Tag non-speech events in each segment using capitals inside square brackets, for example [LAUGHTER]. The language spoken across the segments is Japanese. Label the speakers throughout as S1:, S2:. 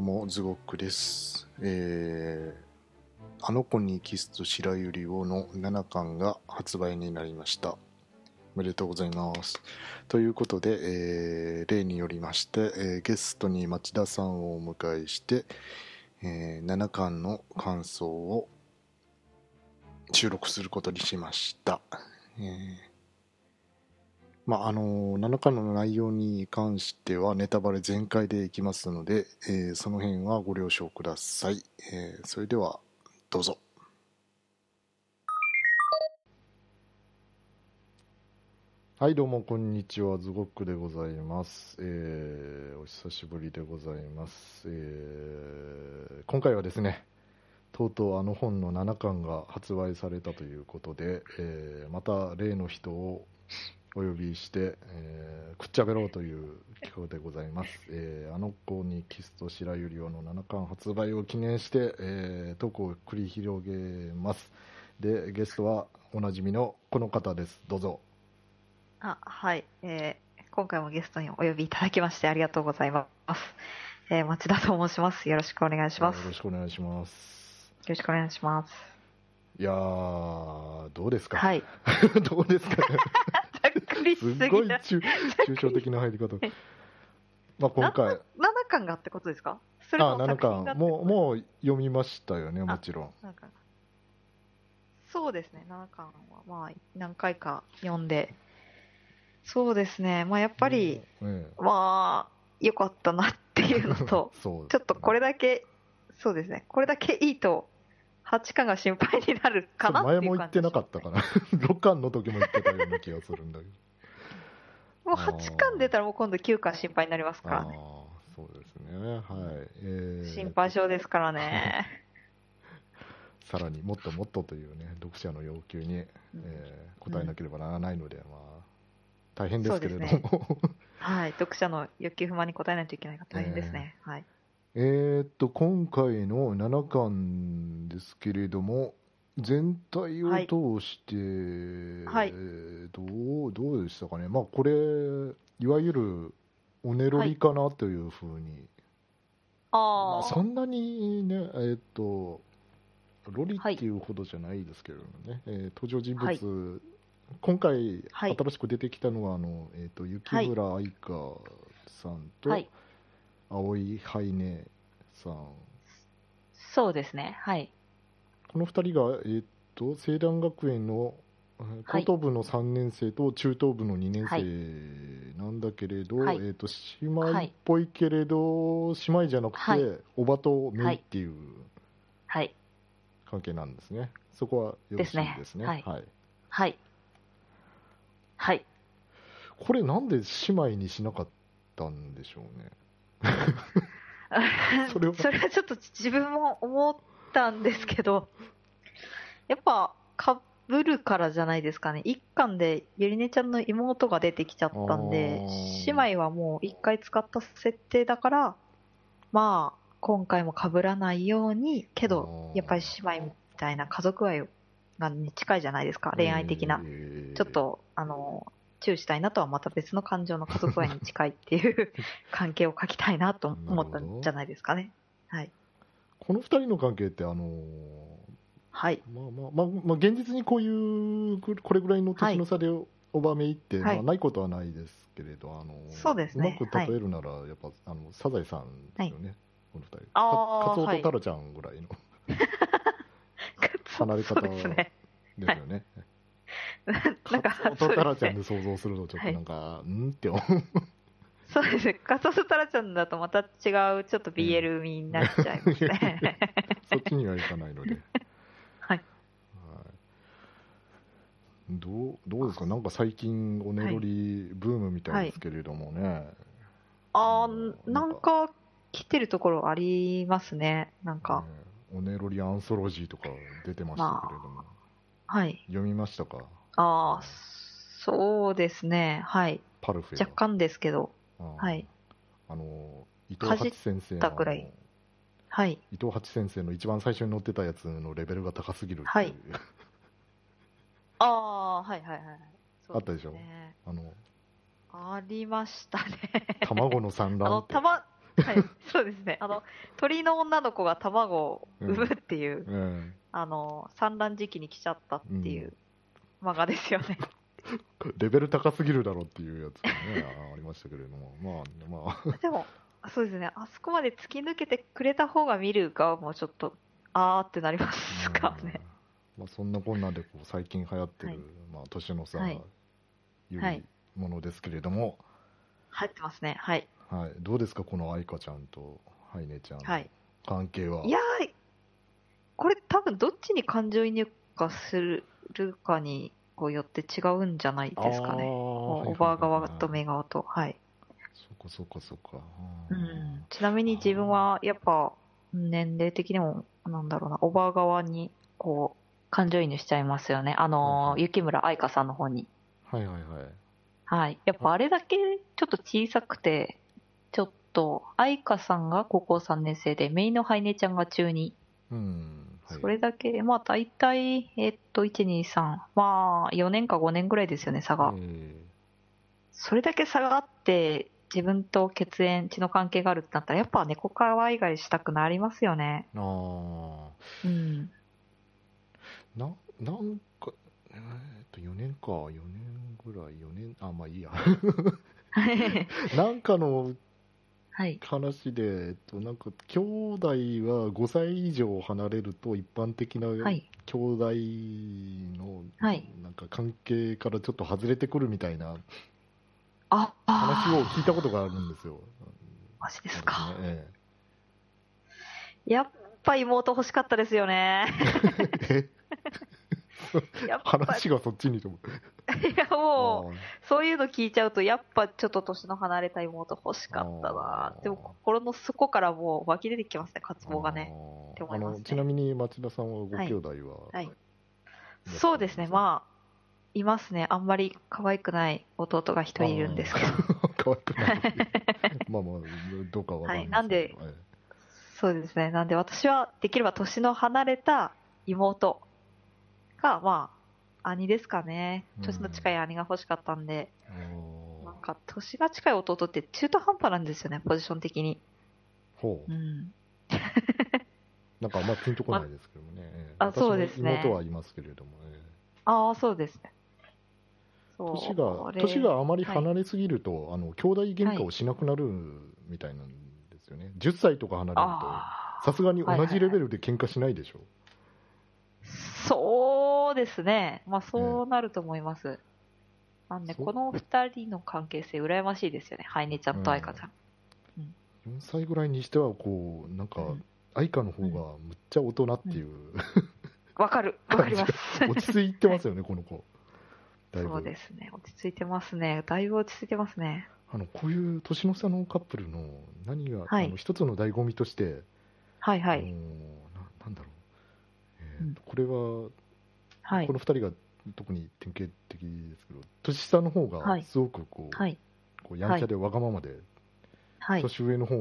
S1: もズゴックです。えー、あの子にキスと白百合をの7巻が発売になりました。おめでとうございます。ということで、えー例によりまして、えーゲストに町田さんをお迎えして、え7巻の感想を収録することにしました。えーまああの7巻の内容に関してはネタバレ全開でいきますので、えーその辺はご了承ください、えーそれではどうぞはいどうもこんにちはズゴックでございます、えーお久しぶりでございます、えー今回はですねとうとうあの本の7巻が発売されたということで、えーまた例の人をお呼びして、えーくっちゃべろうという企画でござい
S2: [LAUGHS]
S1: ます、えーあの子にキスと白百合をの7巻発売を記念して、えートークを繰り広げますでゲストはおなじみのこの方ですどうぞ
S2: あ、はい。えー今回もゲストにお呼びいただきましてありがとうございます。えー町田と申します。よろしくお願いします。
S1: よ
S2: よ
S1: ろしくお願いします
S2: ろしくお願いします。
S1: いやーどうですか、
S2: はい。
S1: [LAUGHS] どう
S2: [LAUGHS]
S1: ですか
S2: ざっくりし
S1: す
S2: すぎ
S1: っ
S2: た。
S1: ごい
S2: 7
S1: 抽抽象的な入り
S2: [LAUGHS]
S1: 方まあ今回
S2: 巻がってことですかそれ
S1: あ
S2: とも
S1: 7
S2: 作品が
S1: 巻もうもう読みましたよねもちろん
S2: う。なんかそうですね、7巻は、まあ、何回か読んで。そうですね、まあ、やっぱり、
S1: うん
S2: まあ、良かったなっていうのと、
S1: そう
S2: ちょっとこれだけ、そうですね、これだけいいと、8巻が心配になるかなってい
S1: 前
S2: う感じ
S1: も言ってなかったかな [LAUGHS] 6巻の時も言ってたような気がするんだけど
S2: もう8巻出たらもう今度9巻心配になりますか
S1: あ
S2: ら
S1: あ
S2: ね。
S1: そうですねはい、えー
S2: 心配性ですからね。
S1: さらにもっともっとというね読者の要求に、え
S2: [LAUGHS]
S1: ー、応えなければならないので、まあ大変ですけれども、
S2: そうではい。読者の欲求不満に応えないといけないから大変ですね。はい。
S1: [LAUGHS] えーっと今回の7巻ですけれども全体を
S2: はい
S1: 通して、
S2: はい
S1: えーどうどうでしたかね、まあ、これいわゆるオネロリかなというふうに、ま
S2: あ
S1: あ、
S2: あ、
S1: そんなにね、えーっと、ロリっていうほどじゃないですけれどもね、えー登場人物、
S2: はい
S1: 今回、
S2: はい
S1: 新しく出てきたのは、あのえーっと雪村愛香さんと、
S2: はい。
S1: 青井ハイネさん、
S2: そうですね。はい。
S1: この2人が、えーっと青蘭学園のえー
S2: はい
S1: 高等部の3年生と中等部の2年
S2: は
S1: 生なんだけれど、
S2: はい
S1: えーっと姉妹っぽいけれど、姉妹じゃなくて、
S2: はい
S1: おばとめいっていう。
S2: はい。
S1: 関係なんですね。そこはよろしいですね。
S2: ですねはいはい。はい。
S1: これなんで姉妹にしなかったんでしょうね。それは
S2: [LAUGHS] それはちょっと自分も思ったんですけど、やっぱ、かぶるからじゃないですかね。一巻でゆりねちゃんの妹が出てきちゃったんで
S1: あー、
S2: 姉妹はもう一回使った設定だから、まあ、今回もかぶらないように、けど
S1: あ、ー
S2: やっぱり姉妹みたいな家族愛がに近いじゃないですか。恋愛的な。
S1: えー
S2: ちょっ。と、あの、チューしたいなとはまた別の感情の家族愛に近いっていう [LAUGHS] 関係を書きたいなと思ったんじゃないですかね。
S1: この二人の関係ってあのー
S2: [LAUGHS] はい。
S1: まあまあまあまあ現実にこういうぐこれぐらいの年の差でおばめいって、
S2: はい
S1: まあないことはないですけれどあのー
S2: そうですね
S1: うまく例えるならやっぱ、あのサザエさんですよね。この二人。か
S2: あー
S1: カツオと
S2: はい
S1: タロちゃんぐらいの離れ方
S2: そ
S1: は
S2: うですね。
S1: ですよね。
S2: なんか
S1: カ、ツ
S2: そ
S1: オと
S2: う
S1: タ
S2: で
S1: ラ
S2: す
S1: ちゃん
S2: ね。
S1: で想像するとちょっとなんか、うんって思う
S2: そうですね。カツオとタラちゃんだとまた違う、ちょっと BL 味になっちゃいます [LAUGHS] ね。
S1: そっちにはいかない
S2: [LAUGHS]
S1: ので。
S2: はい
S1: はい。どう、どうですか、なんか最近、おねどりブームみたいですけれどもね。
S2: あー、なんか、来てるところありますね。なんか、
S1: ねおねどりアンソロジーとか出てましたけれども。
S2: はい。
S1: 読みましたか。
S2: ああ、そうですね。はい。
S1: パルフェは。
S2: 若干ですけど。
S1: あー
S2: はい。
S1: あの、伊藤八先生
S2: かじっ
S1: の。
S2: たくらいはい。
S1: 伊藤八先生の一番最初に載ってたやつのレベルが高すぎるっていう。
S2: はいああ、はいはいはいはい。そう
S1: あったでしょ
S2: すね
S1: あの、
S2: ありましたね。
S1: 卵の産
S2: あ
S1: 卵
S2: の、 [LAUGHS]
S1: って。
S2: たま、はい、そうですね。あの、鳥の女の子が卵を産むっていう、
S1: うん、
S2: あの、産卵時期に来ちゃったっていう漫画ですよね。 [LAUGHS]
S1: レベル高すぎるだろっていうやつがねあありましたけれどもまあまあ
S2: でも、そうですね。あそこまで突き抜けてくれた方が見る側もちょっと、あーってなりますからね。
S1: うんまあ、そんなこんなでこう最近流行ってる、
S2: はい
S1: まあ、年の差、、
S2: はいいはい
S1: ものですけれども、
S2: 入ってますね。はい。
S1: はい、どうですかこの愛花ちゃんとハイネちゃんの
S2: はい。
S1: 関係は、
S2: いやー、これ多分どっちに感情移入かするかにこうよって違うんじゃないですかね。
S1: お
S2: オーバー側と目側と。はい。
S1: そうかそうかそうか、
S2: うん、ちなみに自分はやっぱ年齢的にもなんだろうなオーバー側にこう感情移入しちゃいますよねあ
S1: はい
S2: の
S1: はい
S2: ー雪村愛花さんの方に
S1: はいはいはい
S2: はいやっぱあれだけちょっと小さくてちょっと愛花さんが高校3年生でメインのハイネちゃんが中2
S1: うんはい
S2: それだけまあ大体えっと123まあ4年か5年ぐらいですよね差が
S1: ええ
S2: それだけ差があって自分と血縁血の関係があるってなったらやっぱ猫可愛がりしたくなりますよね
S1: あ
S2: うん
S1: あななんかえーっと4年か4年ぐらい4年あまあいいや [LAUGHS] なんかの
S2: はい。
S1: 話で、えっと、なんか兄弟は5歳以上離れると一般的な
S2: は
S1: 兄
S2: い。
S1: 弟の
S2: はい
S1: なんか関係からちょっと外れてくるみたいな
S2: あ、あ
S1: 話を聞いたことがあるんですよ。
S2: マジですか。
S1: え
S2: やっぱ妹欲しかったですよね。
S1: [LAUGHS] ええ
S2: やっぱ、
S1: 話がそっちにと思って
S2: いやも
S1: あー
S2: う、そういうの聞いちゃうと、やっぱちょっと年の離れた妹欲しかったな
S1: あー
S2: でも心の底からもう湧き出てきますね、渇望がね。
S1: あー
S2: って思いますね
S1: あのちなみに町田さんはご
S2: はい
S1: 兄弟は、
S2: はいそうですね、まあ、いますね。あんまり可愛くない弟が一人いるんですけど。
S1: あー [LAUGHS] 可愛くない
S2: [LAUGHS]
S1: まあまあどうかわかんないけどえ
S2: そうですね。なんで私は、できれば年の離れた妹が、まあ、兄ですかね
S1: う。ん
S2: 年の近い兄が欲しかったんで、
S1: えあ
S2: なん
S1: ー
S2: か年が近い弟って中途半端なんですよね、ポジション的に。
S1: ほう
S2: うん。
S1: なんかあんまピンとこないですけどもね。ええ
S2: あそうですね
S1: 私も妹はいますけれども、ね、
S2: ああ、そうですね。そう
S1: 年が
S2: こ、れ
S1: 年があまり
S2: はい
S1: 離れすぎると、あの、兄弟喧嘩をしなくなるみたいなんですよね。10歳とか離れる
S2: あ
S1: と、さすがに
S2: はいは
S1: 同
S2: いはい
S1: じレベルで喧嘩しないでしょ。
S2: あ、そうですね。まあ、そうなると思います。なんで、
S1: そう
S2: この二人の関係性、羨ましいですよね。ハイネちゃんとアイカちゃん。
S1: 4歳ぐらいにしては、こう、なんか
S2: うん、
S1: 愛花の方がむっちゃ大人っていう、
S2: わ、かる。わかります。
S1: 落ち着いてますよね、この
S2: [LAUGHS]
S1: 子。だい
S2: そう
S1: ぶ
S2: ですね。落ち着いてますね。だいぶ落ち着いてますね。
S1: あのこういう年の差のカップルの何が、
S2: はい
S1: あの一つの醍醐味として、
S2: はいは
S1: あの
S2: い。
S1: ななんだろう、えー
S2: うん
S1: これは
S2: はい
S1: こ。の2人が特に典型的ですけど、年下の方
S2: は
S1: が
S2: い
S1: すごくこう、
S2: はい。
S1: こうやんちゃでわがままで、
S2: はい。
S1: 年上の方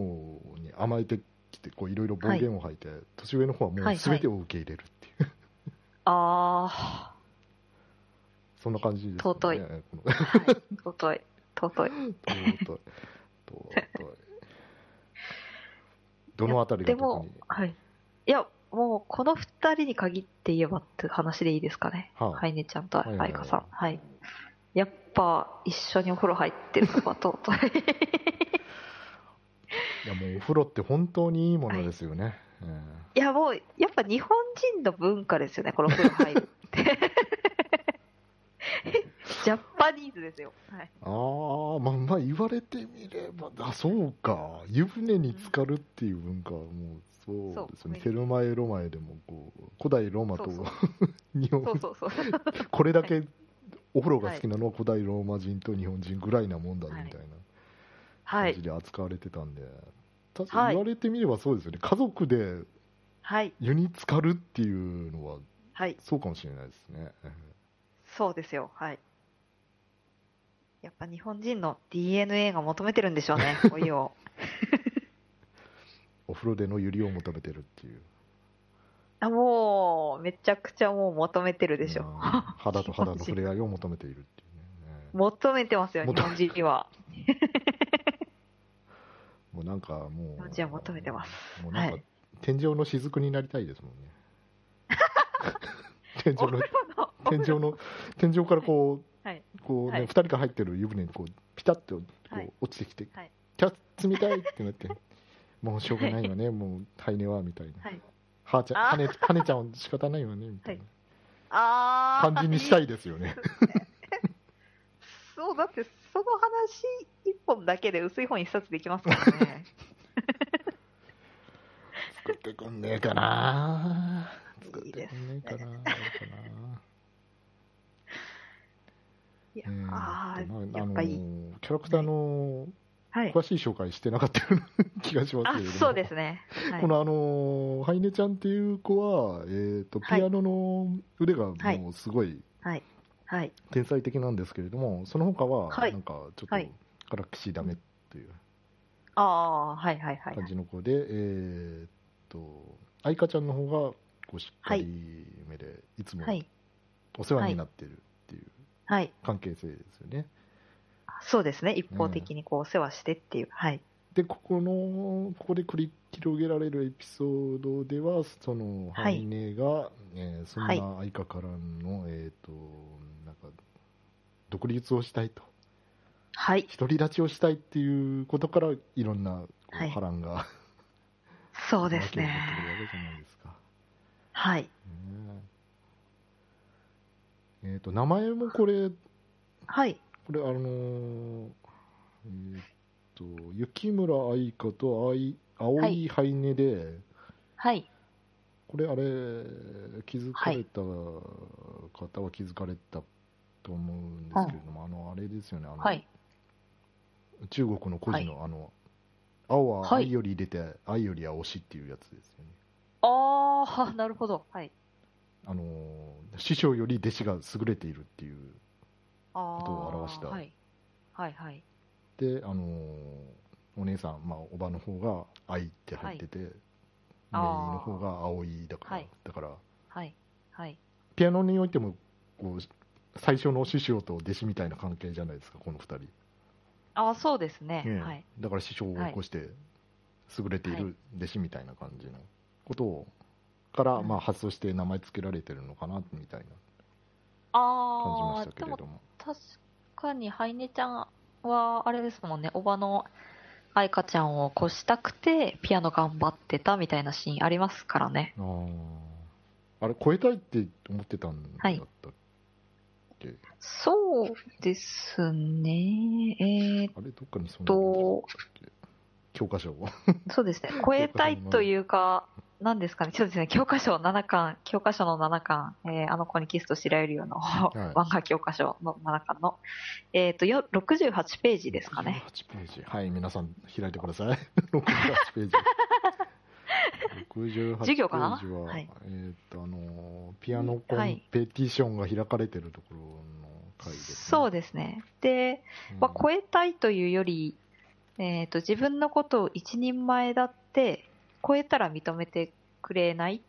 S1: に甘えてきて、こういろいろ暴言を吐いて、年上の方はも
S2: は
S1: う
S2: い
S1: すべてを受け入れるっていう、
S2: あ
S1: [LAUGHS] そんな感じです、ね、
S2: 尊い
S1: えーこ
S2: あ、はい。 [LAUGHS] 尊い。尊い。
S1: の尊い尊いどのあたりが
S2: で
S1: 特
S2: も
S1: に、、
S2: はい。いや、もう、この二人に限って言えばって話でいいですかね。
S1: はあ
S2: はい、ねちゃんと
S1: はいはい
S2: 愛花さん。はい。やっぱ、一緒にお風呂入ってるのが尊い。 [LAUGHS]
S1: いやもうお風呂って本当にいいものですよね。えー
S2: いや、もう、やっぱ日本人の文化ですよね、このお風呂入るって。 [LAUGHS] ジャパニーズですよ。はい。
S1: ああ、まあまあ言われてみれば、あ、そうか。湯船に浸かるっていう文化はもうそうですね。
S2: そ
S1: ヘ
S2: う
S1: ルマエロマエでもこう、古代ローマと
S2: そうそ
S1: [LAUGHS] 日本、
S2: そうそうそう。
S1: これだけお風呂が好きなのは古代ローマ人と日本人ぐらいなもんだ
S2: はい
S1: ねみたいな
S2: は
S1: 感
S2: い
S1: じ。で扱われてたんで、確か
S2: はい
S1: 言われてみればそうですよね。家族で
S2: はい。
S1: 湯に浸かるっていうのは
S2: はい。
S1: そうかもしれないですね。え
S2: そうですよ。はい。やっぱ日本人の DNA が求めてるんでしょう [LAUGHS] ね、お湯を。
S1: お風呂でのゆりを求めてるっていう。
S2: あもう、めちゃくちゃもう求めてるでしょ
S1: うん。肌と肌の触れ合いを求めているって
S2: [LAUGHS]
S1: いうね。
S2: 求めてますよ、
S1: 求
S2: 日
S1: め
S2: 本人には。
S1: まもうなんかもう
S2: 文字を求めてます
S1: もうなんか、
S2: はい
S1: 天井の雫になりたい
S2: [LAUGHS]
S1: ですもんね天井
S2: お風 [LAUGHS]
S1: の
S2: 呂のお風
S1: 天
S2: 呂
S1: 井の天井からこう、
S2: はい
S1: こうね、
S2: はい
S1: 2人が入ってる湯船にこうピタッとこう、
S2: はい
S1: 落ちてきて、
S2: はい
S1: キャッ冷たいって
S2: [LAUGHS]
S1: なってもうしょうがないわね、もうタイネはみたいな、
S2: はい
S1: はーちゃん
S2: あー
S1: はねはねちゃんは仕方ないわねみたいな
S2: ああ
S1: 感じにした
S2: い
S1: いですよね
S2: そうだってその話一本だけで薄い本一冊できますから [LAUGHS] ね
S1: 作ってくんねえかない作っ
S2: い
S1: て
S2: で
S1: く
S2: す
S1: んねえかなどうかない
S2: や、
S1: えー
S2: あ
S1: ちょっとなあ
S2: あやっ
S1: の
S2: ぱいい、
S1: ーキャラクターの
S2: はい
S1: 詳しい紹介してなかったような気がします
S2: あ
S1: けれども、
S2: そうですね、はい
S1: このあのーハイネちゃんっていう子は、えー、とピ
S2: はい
S1: アノの腕が
S2: はい
S1: もうすごい
S2: はい
S1: 天才的なんですけれども、その他は
S2: はい
S1: なんかちょっと
S2: はい
S1: からくしダメっていう
S2: ああはいはいはい
S1: 感じの子で、えーっと愛花ちゃんの方がこうしっかり目で、い、つも
S2: はい
S1: お世話になってるっていう
S2: はい
S1: 関係性ですよね。
S2: そうですね一方的にこうお世話してっていう、はい
S1: でここのここで繰り広げられるエピソードではその
S2: は
S1: ハ
S2: い
S1: イネが、えーそんな
S2: はい
S1: 愛花からの、えっ、となんか独立をしたいと
S2: はい
S1: 独り立ちをしたいっていうことからいろんなこう
S2: はい
S1: 波乱が、
S2: そうです
S1: 巻き起こってるわ
S2: ね
S1: けじゃないですか。
S2: はい
S1: ねええーと名前もこれこ
S2: はい
S1: れあのーえっ、と雪村愛花と愛青いハイネで、
S2: はい
S1: これあれ気づかれた方は気づかれたと思うんですけれども、あのあれですよねあの、
S2: はい
S1: 中国の故事の、あの青は
S2: はい
S1: 愛より出て、愛よりは推しっていうやつですよね
S2: ああなるほどはい
S1: あの師匠より弟子が優れているっていう
S2: あ
S1: ことを表した
S2: ーはいはいはい
S1: であのお姉さん、まあ、おばの方が愛って入ってて、姪
S2: あー
S1: の方が葵だから、
S2: はい
S1: だから
S2: はいはい
S1: ピアノにおいてもこう最初の師匠と弟子みたいな関係じゃないですかこの二人
S2: ああそうですね
S1: ね
S2: はい
S1: だから師匠を起こして優れている弟子みたいな感じのことをから
S2: うん
S1: まあ発想して名前付けられてるのかなみたいな感じま
S2: あ
S1: した
S2: あ
S1: け
S2: で
S1: れ
S2: も
S1: ども
S2: 確かにハイネちゃんはあれですもんねおばの愛花ちゃんを越したくてピアノ頑張ってたみたいなシーンありますからね
S1: あーあれ超えたいって思ってたんだった、
S2: はいそうですねえーっ
S1: あれどっかにそんな
S2: と
S1: 教科書を
S2: そうですね超えたいというか何ですかねそうですね教科書7巻教科書の7巻、えーあの子にキスと白百合をの、
S1: い
S2: 漫画教科書の7巻のえーっとよ68ページですかね
S1: 8ページはい皆さん開いてください [LAUGHS] 68ページ68ペー
S2: 授
S1: ジ
S2: 業
S1: は、
S2: かなはい
S1: えーっとあのーピアノコンペティションが開かれてるところの回です、ね
S2: そうですねで
S1: うん
S2: は超えたいというより、えー、と自分のことを一人前だって超えたら認めてくれない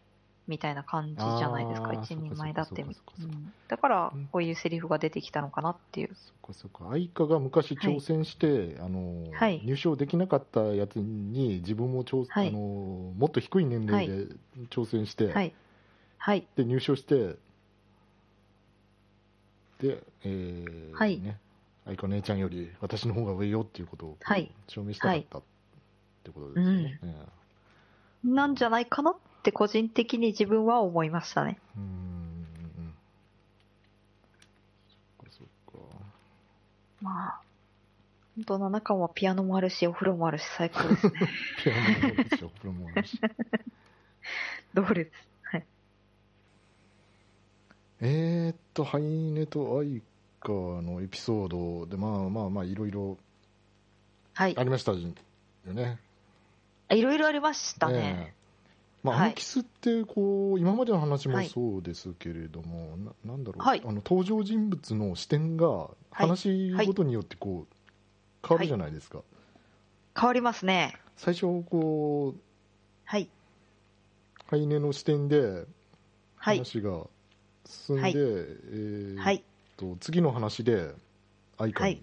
S2: みたいな感じじゃないですか
S1: あー
S2: 一人前だっ
S1: そ
S2: て
S1: っかそっかそっかそっか
S2: うんだから
S1: うん
S2: こういうセリフが出てきたのかなっていう
S1: そっかそっか愛花が昔挑戦して、あの
S2: はい
S1: 入賞できなかったやつに自分も挑、
S2: はい
S1: あのもっと低い年齢で挑戦して、
S2: はいはい
S1: で入賞してで、えー
S2: はい
S1: ね、愛花姉ちゃんより私の方が上よっていうことを
S2: はい
S1: 証明したかったってことですよね。ええ
S2: なんじゃないかなって個人的に自分は思いましたね
S1: うんうんうんそっかそっか
S2: まあ本当7巻はピアノもあるしお風呂もあるし最高ですね
S1: ピアノもあるしお風呂もあるし
S2: どうです
S1: えーっと、ハイネとアイカのエピソードで、まあまあまあ、いろいろ
S2: [LAUGHS] はい
S1: ありましたよね。
S2: いろいろありました
S1: ええ
S2: ね、
S1: まあ、
S2: はい
S1: アンキスってこう、今までの話も
S2: はい
S1: そうですけれども、ななんだろう、
S2: はい
S1: あの登場人物の視点が
S2: い
S1: 話ごとによってこう変わるじゃないですか、
S2: 変わりますね
S1: 最初こう、
S2: はい
S1: ハイネの視点で
S2: はい
S1: 話が進んで、
S2: はい
S1: え
S2: は
S1: ーっ
S2: い
S1: と次の話でアイカ
S2: は
S1: に
S2: い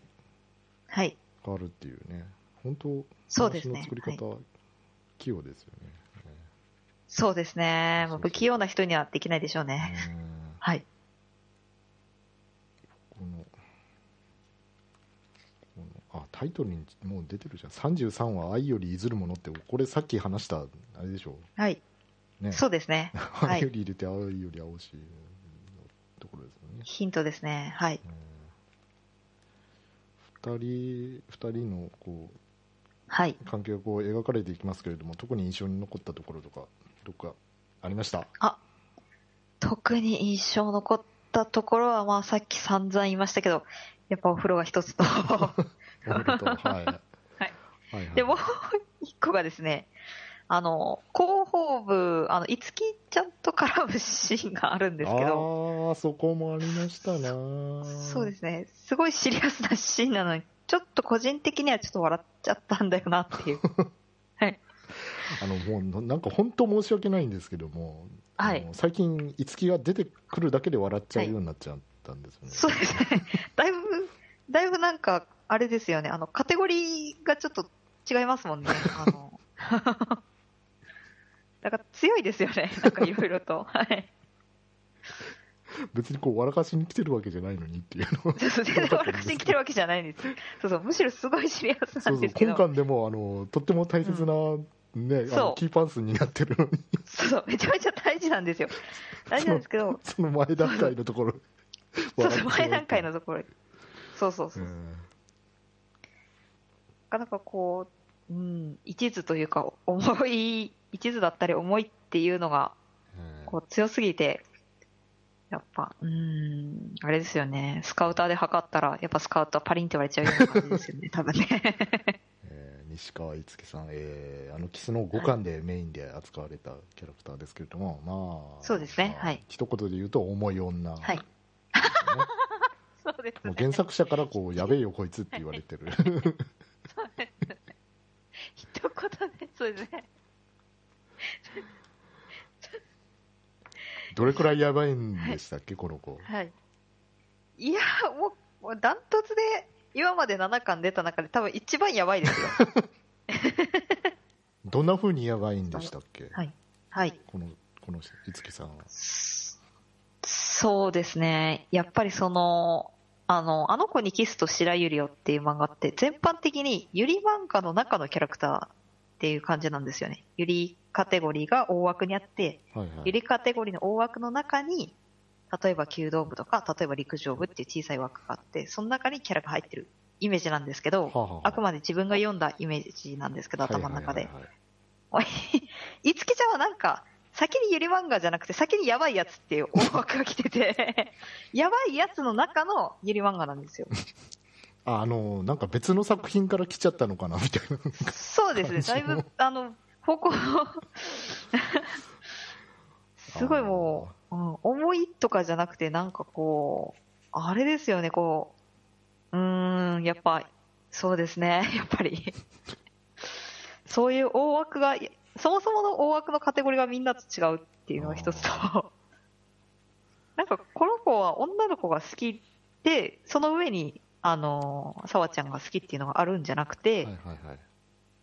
S2: はい
S1: 変わるっていうね。本当
S2: そうです
S1: 話
S2: ね
S1: の作り方、器用ですよね。
S2: そうですね。もう不器用な人にはできないでしょうね。
S1: うん
S2: はい。
S1: このこのあタイトルにもう出てるじゃん33は愛より譲るものってこれさっき話したあれでしょ
S2: はい。
S1: ね
S2: そうです [LAUGHS] ね。い
S1: 愛より入れて愛より青しのところですよね
S2: ヒントですね。はい。
S1: うん二人二人のこう
S2: はい。
S1: 関係がこう描かれていきますけれども特に印象に残ったところとかどっかありました
S2: 特に印象残ったところは、まあさっき散々言いましたけど、やっぱお風呂が一つと。
S1: お風呂
S2: [LAUGHS]
S1: とはいはいはい
S2: で、もう一個がですね、あの、広報部、あの、いつきちゃんと絡むシーンがあるんですけど、
S1: ああそこもありましたな
S2: そうですね、すごいシリアスなシーンなのに、ちょっと個人的にはちょっと笑っちゃったんだよなっていう。
S1: あのもうななんか本当申し訳ないんですけども、
S2: は
S1: あ
S2: い。
S1: の最近、いつきが出てくるだけで笑っちゃうようになっちゃったんですよね。
S2: そうですね。だいぶ、だいぶなんか、あれですよね。あの、カテゴリーがちょっと違いますもんね。あの、 [LAUGHS] だから強いですよね。なんかいろいろと。はい。
S1: 別にこう笑かしに来てるわけじゃないのにっていう
S2: [LAUGHS]
S1: の
S2: そうそう、全然笑かしに来てるわけじゃないんです。そうそう、むしろすごいシリアス
S1: そ
S2: な
S1: うんそう
S2: ですけ
S1: 今
S2: ど。
S1: 回でもあのとっても大切な、ね、あ
S2: そ
S1: の
S2: う
S1: キーパンスになってるのに
S2: そうそう、めちゃめちゃ大事なんですよ。大事なんですけど、
S1: その前段階のところ
S2: [LAUGHS] そう
S1: 笑
S2: そう、
S1: ってしま
S2: 前段階の
S1: う
S2: ところ。そうそう
S1: う
S2: そう。なんかなかこう、うん、一途というか、重い、一途だったり重いっていうのが、こう強すぎて、やっぱ、うーん、あれですよね。スカウターで測ったら、やっぱスカウターパリンって割れちゃうような感じですよね、多分ね。
S1: えー西川いつきさん、えーあのキスの5巻でメインで扱われたキャラクターですけれども、まあ、
S2: そうですね
S1: まあ
S2: はい
S1: 一言で言うと、重い女、
S2: はい
S1: ね
S2: そうです
S1: もう
S2: ね。
S1: 原作者からこう、やべえよ、こいつって言われてる。
S2: 一言で、そうですね。
S1: どれくらいやばいんでしたっけ、この子。
S2: はい。いやー、もう、もうダントツで、今まで7巻出た中で多分一番やばいですよ。
S1: どんな風にやばいんでしたっけ、
S2: はい [LAUGHS] はい。
S1: この、このいつきさんは。
S2: そうですね。やっぱりその、あの、あの子にキスと白百合をっていう漫画って、全般的に百合漫画の中のキャラクターっていう感じなんですよね。百合カテゴリーが大枠にあって、
S1: はいは
S2: 百
S1: い。
S2: 合カテゴリーの大枠の中に、例えば弓道部とか、例えば陸上部っていう小さい枠があって、その中にキャラが入ってるイメージなんですけど、
S1: ははは
S2: あくまで自分が読んだイメージなんですけど、頭の中で
S1: はい。はいはいはい
S2: おい、 [LAUGHS] いつきちゃんはなんか、先にゆり漫画じゃなくて、先にやばいやつっていう大枠が来てて、 [LAUGHS] やばいやつの中のゆり漫画なんですよ。
S1: ああの、なんか別の作品から来ちゃったのかな、みたいな。
S2: そうですね、だいぶ、あの、方向、すごいもう、うん、重いとかじゃなくて、なんかこう、あれですよね、こう、うーん、やっぱ、そうですね、 [LAUGHS] やっぱり。そういう大枠が、そもそもの大枠のカテゴリーがみんなと違うっていうのが一つと、なんかこの子は女の子が好きで、その上に、あの、さわちゃんが好きっていうのがあるんじゃなくて、
S1: はいはいはい。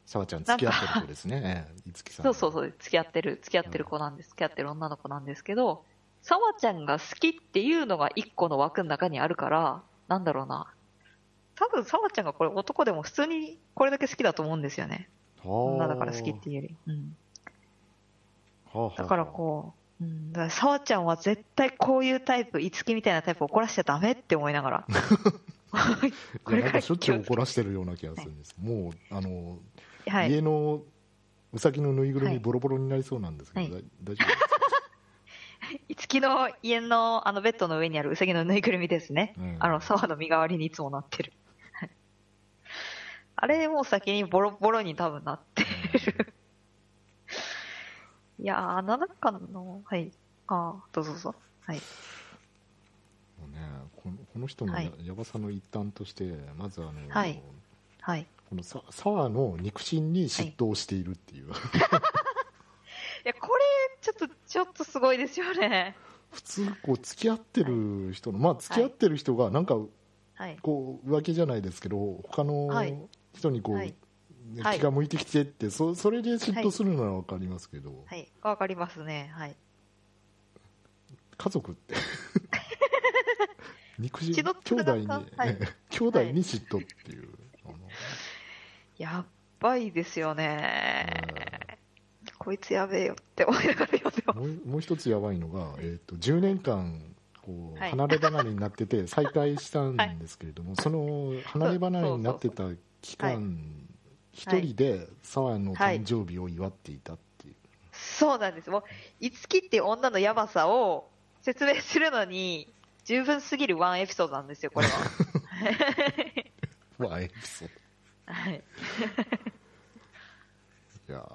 S1: さわちゃん、付き合ってる子ですね、ええいつきさん。
S2: そうそう
S1: う。
S2: そう、付き合ってる、付き合ってる子なんです、付き合ってる女の子なんですけど、さわちゃんが好きっていうのが一個の枠の中にあるから、なんだろうな。多分さわちゃんがこれ男でも普通にこれだけ好きだと思うんですよね。女だから好きっていうより。うん。だからこう、うん、だからさわちゃんは絶対こういうタイプ、いつきみたいなタイプ怒らしちゃダメって思いながら。
S1: [LAUGHS] う
S2: これ
S1: なん
S2: から
S1: かしょっちゅう怒らしてるような気がするんです。もう、あの、
S2: はい。
S1: 家のうさぎのぬいぐる
S2: は
S1: み
S2: い
S1: ボロボロになりそうなんですけど、
S2: は
S1: だ大丈夫です
S2: いつきの家のあのベッドの上にあるうさぎのぬいぐるみですね。
S1: か、うん
S2: あの、沢の身代わりにいつもなってる。あれもう先にボロボロに多分なって。 [LAUGHS] いやー、七巻の、はい。あーどうぞどうぞ。はい。
S1: もうね、このこの人のや,、
S2: はい
S1: ばさの一端としてまずあの、
S2: はいはい。
S1: このさ沢の肉親に嫉妬をしているって
S2: [LAUGHS]
S1: いう、
S2: いや、これ、ちょっと、ちょっとすごいですよね。
S1: 普通こう付き合ってる人の、まあ付き合ってる人がなんか
S2: はい。
S1: こう浮気じゃないですけど他
S2: はい
S1: の人にこう、
S2: はい
S1: ね
S2: はい
S1: 気が向いてきてってそそれで嫉妬するのは分かりますけど、
S2: はい。わかりますね。はい。
S1: 家族って
S2: [LAUGHS]
S1: 肉親
S2: 血の
S1: 兄
S2: 繋
S1: 弟
S2: が
S1: に、
S2: ったはい
S1: [LAUGHS] 兄弟に嫉妬っていう、あの
S2: やっばいですよね。こいつやべえよって思いながら読んでます。
S1: もうもう一つやばいのが、えー、と10年間こう
S2: はい
S1: 離れ離れになって
S2: [LAUGHS]
S1: て再会したんですけれども、その離れ離れになってた期
S2: そう
S1: 間一人で澤の誕生日を祝っていたっていう、
S2: そうなんです。もう、いつきっていう女のやばさを説明するのに、十分すぎるワンエピソードなんですよ、こ [LAUGHS] れは。
S1: わあエピソー
S2: はい。
S1: ドいやー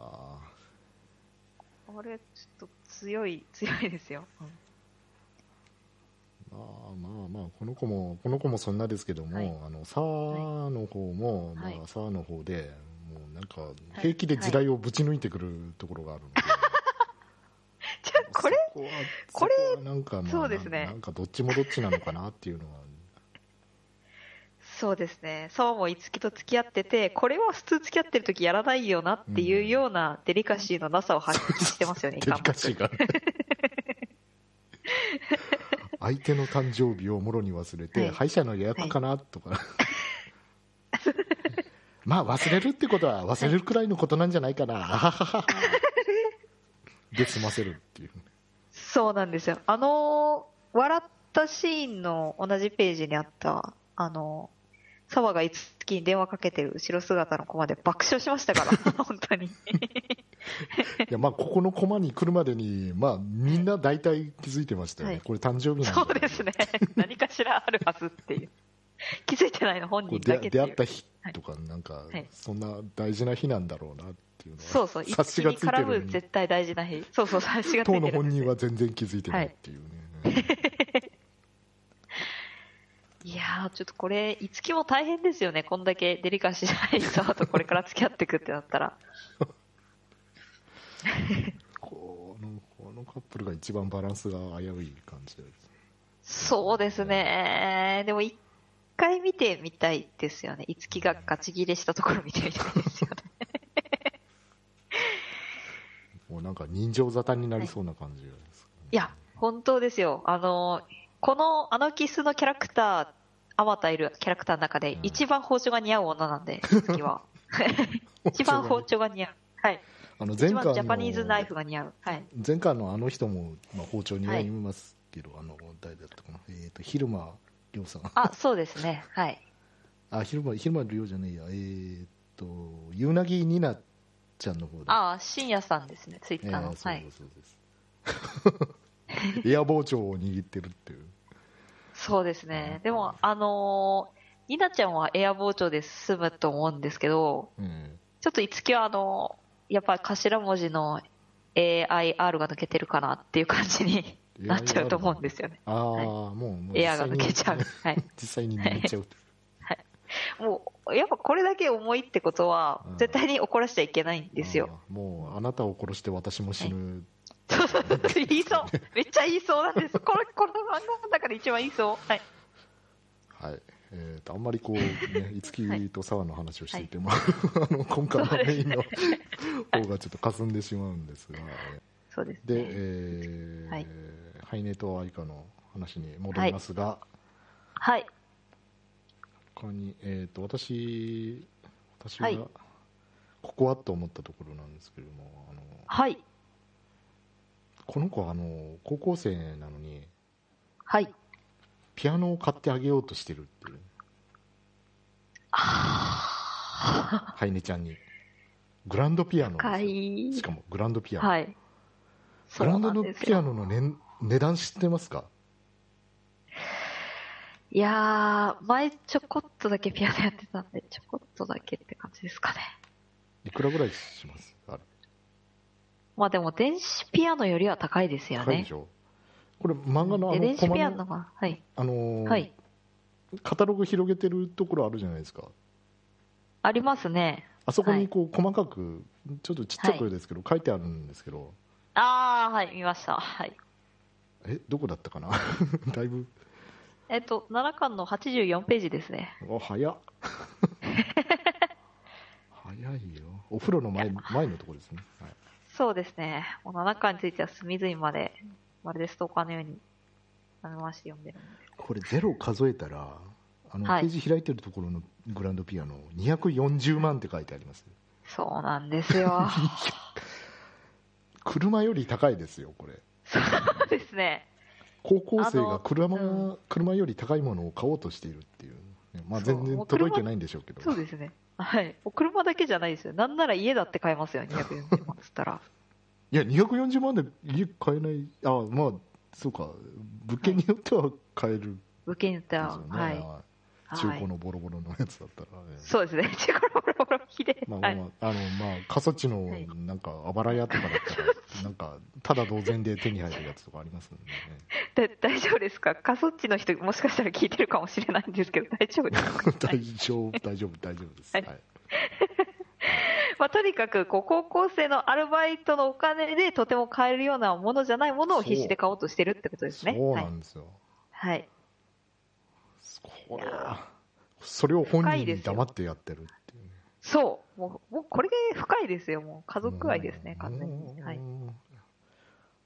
S2: これ、ちょっと強い、強いですよ。うん
S1: まあまあまあこの子もこの子もそんなですけども、
S2: はい
S1: あの沢の方も、
S2: はい
S1: まあ沢の方でもうなんか平気で地雷をぶち抜いてくるところがあるので、
S2: じゃあ、 [LAUGHS] [LAUGHS] これ、
S1: そこは
S2: これ
S1: そこはなんかまあ
S2: そうですね
S1: なんかどっちもどっちなのかなっていうのは
S2: そうですね。そうもいつきと付き合ってて、これは普通付き合ってる時やらないよなっていうようなデリカシーのなさを発揮してます
S1: [LAUGHS]
S2: よね、
S1: デリカシ
S2: [LAUGHS]
S1: ーが相手の誕生日をもろに忘れて、
S2: はい
S1: 歯医者の予約かなとか、 [LAUGHS] まあ忘れるってことは忘れるくらいのことなんじゃないかなあはははで済ませるっていう
S2: そうなんですよ。あの、笑ったシーンの同じページにあった、あの、沢がいつきに電話かけてる後ろ姿の子まで爆笑しました
S1: [LAUGHS]
S2: から、本当に。
S1: いやまあここのコマに来るまでにまあみんな大体気づいてましたよね、
S2: はい
S1: これ誕生日なんだ
S2: そうです
S1: [LAUGHS]
S2: ね。何かしらあるはずっていう。気づいてないの本
S1: こ
S2: 人
S1: う
S2: だ
S1: 出
S2: けって
S1: 出会っ
S2: いう
S1: た。日とか、なんか、
S2: はい
S1: そんな大事な日なんだろうなっていうのは
S2: そうそう、い
S1: 察
S2: つ
S1: し
S2: き
S1: が
S2: に
S1: ついて
S2: 絡
S1: る
S2: む絶対大事な日。そうそう、察しがつ
S1: 当
S2: い
S1: の
S2: てるん
S1: 本
S2: です
S1: 人
S2: よ。
S1: は全然気づいてないっていうね、
S2: いやー、ちょっとこれ、いつきも大変ですよね。こんだけデリカシーない沢とこれから付き合ってくってなったら。
S1: このこのカップルが一番バランスが危うい感じです
S2: そうですね。でも一回見てみたいですよね。いつきがガチ切れしたところ見
S1: [LAUGHS]
S2: てみたいですよね。
S1: もうなんか人情沙汰になりそうな感じです、
S2: いや、本当ですよ。あの、このアナキスのキャラクター、あまたいるキャラクターの中で
S1: うん
S2: 一番包丁が似合う女なんで、いつ
S1: [LAUGHS]
S2: きは。一番包丁が似合う。はい。
S1: あの前回
S2: 一番
S1: の
S2: ジャパニーズナイフが似合う。はい。
S1: 前回のあの人も、まあ、包丁には
S2: はい
S1: いますけど、あの誰だったかなえっ、と昼間亮さん
S2: あ、そうですね。はい。
S1: あ昼間昼間亮じゃねえやえっ、と夕凪になちゃんの方で
S2: ああ、深夜さんですね、ツイ
S1: え
S2: ッ
S1: え
S2: ターの。
S1: そう
S2: は
S1: で
S2: い。
S1: すそうです、エア包丁を握ってるっていう
S2: そうですね。でも、あのー、ニナちゃんはエア包丁で済むと思うんですけど、
S1: え
S2: ちょっといつきはあの、やっぱ頭文字の AIR が抜けてるかなっていう感じに
S1: AIR
S2: なっちゃうと思うんですよね。
S1: ああ、
S2: はい
S1: もうもう
S2: エアが抜けちゃう。はい。
S1: [LAUGHS] 実際に抜けちゃうと
S2: もう、やっぱこれだけ重いってことは
S1: うん、
S2: 絶対に怒らせちゃいけないんですよ。
S1: あーもうあなたを殺して私も死ぬ、
S2: そうそうそう。言いそう。めっちゃ言いそうなんです。これ、この漫画の中で一番言いそう。はい。
S1: はいえー、とあんまりこう、
S2: [LAUGHS]
S1: ね、いつきと沢の話をしていても、 [LAUGHS] あの今回の
S2: そうです
S1: メインの方がちょっとかすんでしまうんですが、
S2: そうです
S1: で、
S2: ね。
S1: えー
S2: はい
S1: ハイネとアイカの話に戻りますが、
S2: はい。
S1: 他に、えー、と私私
S2: はい
S1: がここはと思ったところなんですけれどもあの
S2: はい。
S1: この子はあの高校生なのに
S2: はい。
S1: ピアノを買ってあげようとしてるっていうハイネちゃんにグランドピアノですよ
S2: かいい
S1: し。かもグランドピアノ、
S2: はい。
S1: グランド
S2: そうなんです
S1: ピ
S2: よ
S1: アノの、ね、値段知ってますか
S2: いやー、前ちょこっとだけピアノやってたんで、ちょこっとだけって感じですかね。
S1: いくらぐらいしますあれ
S2: まあでも電子ピアノよりは高いですよ
S1: 高いで
S2: ね
S1: し。ょこれ漫画のあ
S2: で
S1: の
S2: 電
S1: コ
S2: 子ピ
S1: マ
S2: ア
S1: の
S2: ノが、はい。
S1: あのー
S2: はい。
S1: カタログ広げてるところあるじゃないですか
S2: ありますね。
S1: あそこにこう細かくちょっとちっちゃくですけど、書いてあるんですけど
S2: あー、はい、見ました。はい。
S1: えどこだったかな [LAUGHS] だいぶ
S2: えっと、7巻の84ページですね。
S1: [LAUGHS] あ早っ早い
S3: 早いよ。
S1: お風呂の前前のところですね、はい、
S2: そうですね。もう七巻については隅々まで、まるでストーカーのように、舐め回して読んでるんで。
S1: これゼロ数えたらあの、
S2: はい
S1: ページ開いてるところのグランドピアノ240万って書いてあります
S2: そうなんです
S1: [LAUGHS]
S2: よ。
S1: 車より高いですよこれ
S2: そうですね。
S1: 高校生が車,、
S2: あのう
S1: 車より高いものを買おうとしているっていう、ねまあ、
S2: そう
S1: 全然
S2: もう車
S1: 届いてないんでしょうけど
S2: そうですね。はい。お車だけじゃないですよ。なんなら家だって買えますよ、240万っつったら。
S1: いや240万で家買えないあまあそうか物件によっては買えるんで
S2: 受けによって
S1: す
S2: は、
S1: よね、
S2: はい。
S1: あ中
S2: はい
S1: 古のボロボロのやつだったら、ね
S2: そうですね。中古のボロボロひでえ。
S1: まあまあ
S2: はい。
S1: まあ、あのまあ過疎地の
S2: はい
S1: なんかあばら屋とかだったら、なんかただ同然で手に入るやつとかありますんでね
S2: だ大丈夫ですか過疎地の人、もしかしたら聞いてるかもしれないんです
S1: [LAUGHS]
S2: けど、大丈夫ですか
S1: 大丈夫大丈夫大丈夫です、は
S2: はいいまあ、とにかく、こう、高校生のアルバイトのお金でとても買えるようなものじゃないものを必死で買おうとしてるってことですね。
S1: そうな
S2: は。
S1: いんですよ、
S2: はい。
S1: これはそれを本
S2: 深
S1: 人
S2: いで
S1: に
S2: すよ
S1: 黙ってやってるっていうね
S2: そう。もう、もうこれで深いですよ。もう家族愛ですね、完全に。はい。
S1: うん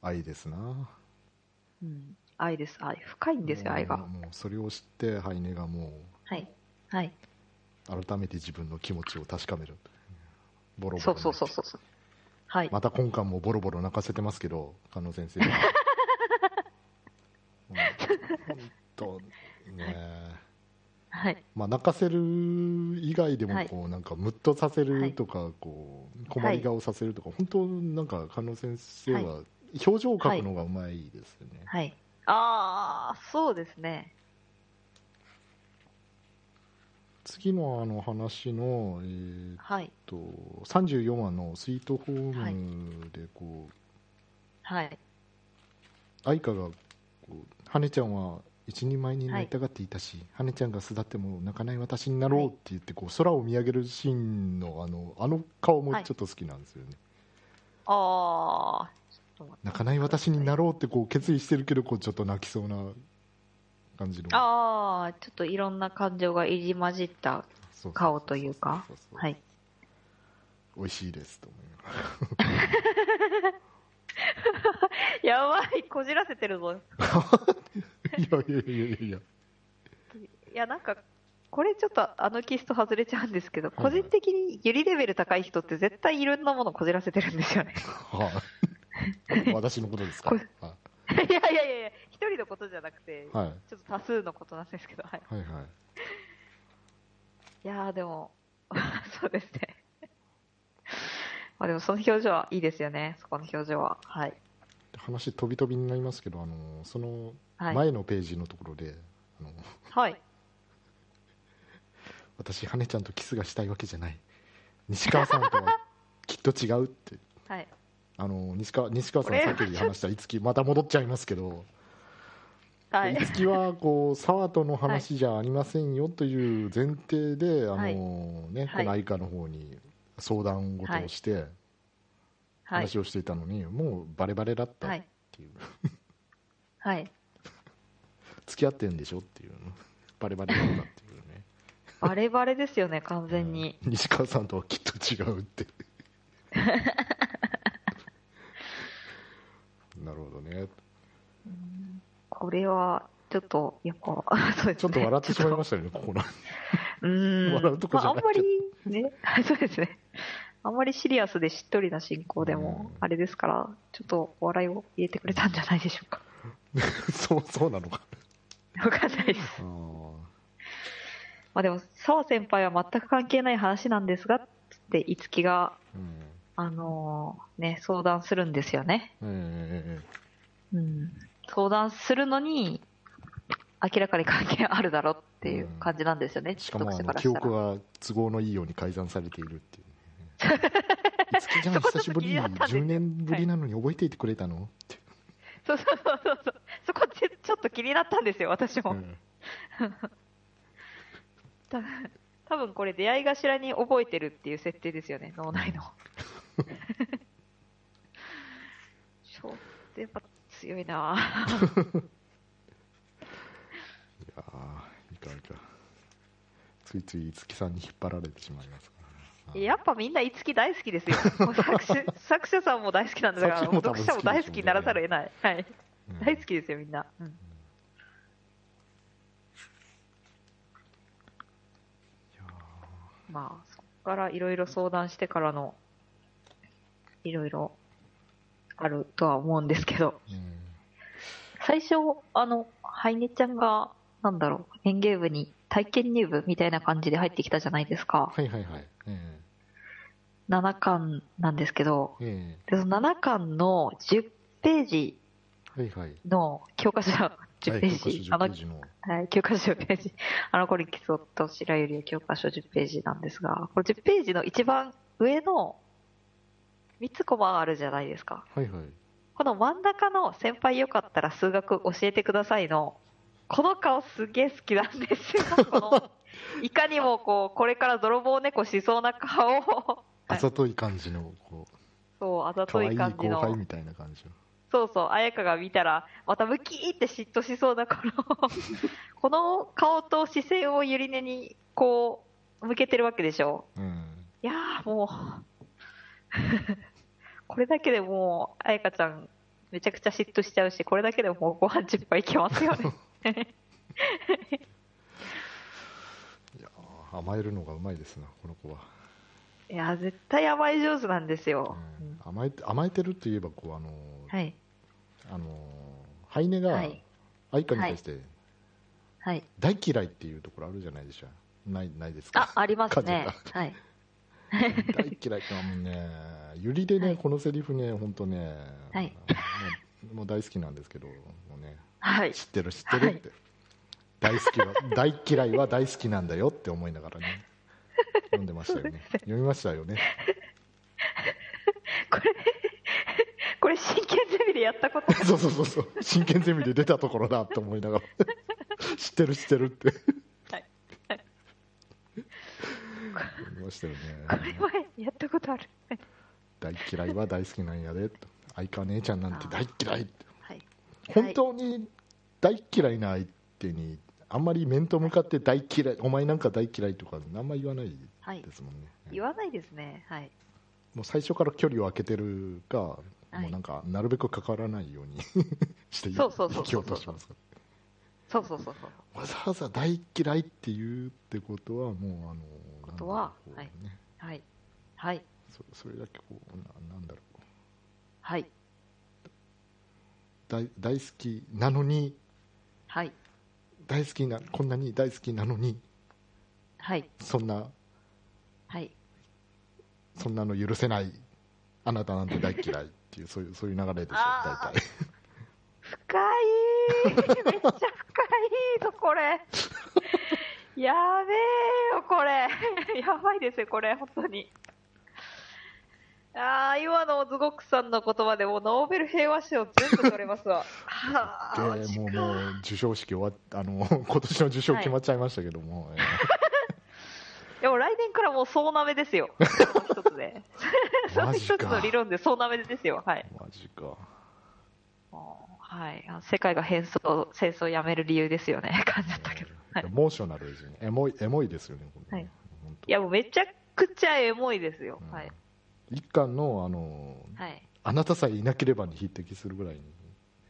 S1: 愛ですな
S2: うん。愛です。愛。深いんですよ、愛が
S1: もう。もうそれを知ってハイネがも
S2: はい。はい。
S1: う改めて自分の気持ちを確かめるボロボロ
S2: そうそうそうそうそう。はい。
S1: また今回もボロボロ泣かせてますけど
S2: [LAUGHS]
S1: 加納先生もう本当ね、
S2: はい。
S1: まあ、泣かせる以外でも
S2: はい
S1: こう、なんかムッとさせ
S2: は
S1: る
S2: い
S1: とか、こう困り顔させるとか、本当なんか加納先生は表情を描くのがうまいですよね、
S2: はい。ああ、そうですね。
S1: 次のあの話の、えーっ
S2: はい。
S1: と34話の「スイートホーム」でこ
S2: はい。
S1: う、愛花がこう「羽根ちゃんは一人前になりたがっていたし、羽根ちゃんが巣立っても泣かない私になろう」って言ってこう空を見上げるシーンのあのあの顔もちょっと好きなんですよね。
S2: ああ、ちょっと待って
S1: 泣かない私になろうってこう決意してるけどこうちょっと泣きそうな感じの
S2: ああ、ちょっといろんな感情が入り混じった。
S1: そうそうそうそう
S2: 顔というか
S1: そうそうそう
S2: はい。
S1: 美味しいですと思いながら
S2: やばい、こじらせてるぞ。
S1: いやいやいやいやいや
S2: いや、なんか、これちょっとあのキスと外れちゃうんですけど、
S1: はい
S2: 個人的にユリレベル高い人って絶対いろんなものこじらせてるんですよね。 [LAUGHS]
S1: はい私のことですか
S2: こ
S1: はい
S2: や [LAUGHS] いやいやいや、一人のことじゃなくて、
S1: い、はい、
S2: ちょっと多数のことなんですけど、はい。
S1: はいはい
S2: いやー、でも、 [LAUGHS] そうですね。まあでも、その表情はいいですよね、そこの表情は。はい。
S1: 話飛び飛びになりますけどあのその
S2: はい。
S1: 前のページのところで、あの
S2: はい、
S1: 私羽根ちゃんとキスがしたいわけじゃない西川さんとはきっと違うって
S2: はい。
S1: あの西川西川さんさっき話したいつきまた戻っちゃいますけど
S2: はい
S1: い、。つきはこう沢との話じゃありませんよという前提で、あのね、
S2: は
S1: こ
S2: い
S1: の愛花の方に相談事をして
S2: はい。
S1: 話をしていたのに、もうバレバレだった
S2: は
S1: っ
S2: い。
S1: ていう、
S2: はい。
S1: 付き合ってるんでしょっていうバレバレだったっていうね
S2: バレバレですよね、完全に。
S1: うん西川さんとはきっと違うって
S2: [LAUGHS]
S1: なるほどね
S2: これは、ちょっと、やっぱ、 [LAUGHS] そうですね。
S1: ちょっと笑ってしまいま
S2: し
S1: したよねここら [LAUGHS]
S2: た。うーん。
S1: 笑うとこじゃない
S2: まあ、あんまり、ね、 [LAUGHS] はいそうですね。あんまりシリアスでしっとりな進行でも
S1: うん、
S2: あれですから、ちょっとお笑いを入れてくれたんじゃないでしょうか。 [LAUGHS]
S1: そうそうなのか
S2: わかんないです。 [LAUGHS]
S1: あー
S2: まあでも、澤先輩は全く関係ない話なんですが、つって、いつきが、
S1: うん
S2: あのーね、相談するんですよね。
S1: ええええええ
S2: うん。相談するのに、明らかに関係あるだろうっていう感じなんですよね、
S1: しかもあの
S2: 読者から
S1: 記
S2: した
S1: 憶
S2: ら。
S1: が都合のいいように改ざんされている
S2: [LAUGHS]
S1: っていうね。いつきちゃん久しぶりに
S2: そこちょっと気になったんですよ
S1: 10年ぶりなのに覚えていてくれたの、って、
S2: そうそうそうそうそう。そこちちょっと気になったんですよ、私も。
S1: うん
S2: 多分多分これ、出会い頭に覚えてるっていう設定ですよね、脳内の。ちょっとやっぱ強いなぁ
S1: いやーいかんいかんついついいつきさんに引っ張られてしまいますから
S2: やっぱみんな五木大好きですよ。も
S1: [LAUGHS]
S2: う作者作者さんも大好きなんだから、
S1: 作者
S2: も
S1: も
S2: う
S1: 多分
S2: 読者も大好きにならざるを得ない。はい。
S3: うん
S2: 大好きですよ、みんな。うん
S3: いや
S2: まあ、そこからいろいろ相談してからの、いろいろあるとは思うんですけど、最初、あの、ハイネちゃんが、なんだろう、園芸部に体験入部みたいな感じで入ってきたじゃないですか。
S1: はいはいはい。え
S2: 7巻なんですけど、
S1: ええ
S2: でその7巻の10ページ
S1: えはいはい。
S2: の教科書、10ペー
S1: はい教
S2: ジ、
S1: 科書10ペー
S2: あ
S1: ジの。
S2: の、はい、教科書10ページ、 [LAUGHS] あの、これ、基礎と白百合教科書10ページなんですが、これ10ページの一番上の3つコマあるじゃないですか。
S1: はいはい。
S2: この真ん中の「先輩よかったら数学教えてくださいの」この顔すげえ好きなん
S1: [LAUGHS]
S2: ですよこのいかにもこうこれから泥棒猫しそうな顔を
S1: あざとい感じの、こう、
S2: そうあざ
S1: 可
S2: と
S1: 愛
S2: い
S1: い
S2: 感じ
S1: 後輩
S2: の
S1: みたいな感じの。
S2: そうそう彩香が見たらまたムキーって嫉妬しそうなこ [LAUGHS] のこの顔と視線をゆり根にこう向けてるわけでしょ
S1: うん。
S2: いやーもう [LAUGHS] これだけでもう彩香ちゃんめちゃくちゃ嫉妬しちゃうしこれだけでもうご飯10杯いけます [LAUGHS] よね
S1: いやー甘えるのがうまいですな、この子は。
S2: いやー絶対甘え上手なんです
S1: う
S2: よ、
S1: ん、甘えて甘えてるといえば、こう、あのー、
S2: はい
S1: あのー、ハイネが
S2: はい
S1: 愛花に対して
S2: はい
S1: 大嫌いっていうところあるじゃないでしょ。ないないですか
S2: あありますね
S1: 数
S2: [LAUGHS] はい
S1: 大嫌いかもうねゆりでね、
S2: はい
S1: このセリフね本当ね、
S2: はい
S1: もうもう大好きなんですけどもうね
S2: はい
S1: 知ってる知ってるって、大好きは大嫌いは大好きなんだよって思いながらね読んでましたよね読みましたよね
S2: これこれ真剣ゼミでやったことが
S1: そうそうそうそう真剣ゼミで出たところだと思いながら知ってる知ってるって
S2: はい
S1: 読みましたよね
S2: これ前やったことある
S1: 大嫌いは大好きなんやでと相川姉ちゃんなんて大嫌いって
S2: はい
S1: 本当に大嫌いな相手にあんまり面と向かって大嫌いお前なんか大嫌いとかあんまり言わない
S2: はい
S1: ですもんね、
S2: 言わないですねはい
S1: もう最初から距離を空けてるか、
S2: い
S1: もうなんかなるべく関わらないように [LAUGHS] してい
S2: そうそうそうそ
S1: 生
S2: う
S1: きようとしますか
S2: そうそうそうそう
S1: らわざわざ大嫌いって言うってことはもうあの
S2: ことは
S1: なんだろうこうね
S2: はいはい
S1: そそれだけこうななんだろう
S2: はい
S1: 大大好きなのに
S2: はい
S1: 大好きなこんなに大好きなのに
S2: はい
S1: そんな
S2: はい
S1: そんなの許せない、あなたなんて大嫌いっていう、そういうそういう流れでしょ、
S2: あー
S1: 大体。
S2: 深いめっちゃ深いぞこれやべえよこれやばいですよこれ本当にああ今のズゴックさんの言葉でもうノーベル平和賞全部取れますわはあマ
S1: [LAUGHS] で
S2: ジ
S1: もう
S2: か
S1: もう授賞式終わっあの [LAUGHS] 今年の受賞決まっちゃいましたけども、え
S2: でも来年からもう総なめで
S1: [LAUGHS]
S2: すよその一つでその
S1: マジか
S2: [LAUGHS] 一つの理論で総なめですよはい
S1: ーマジか。
S2: もうはい、あ世界が変装戦争をやめる理由ですよね [LAUGHS] 感じだったけど、はい
S1: エ、モーショナルですよね。エモいエモいですよね。これね
S2: はい
S1: 本当
S2: いやもうめちゃくちゃエモいですよ、
S1: うん
S2: はい
S1: 一巻のあの、
S2: はい
S1: あなたさえいなければに匹敵するぐらいに。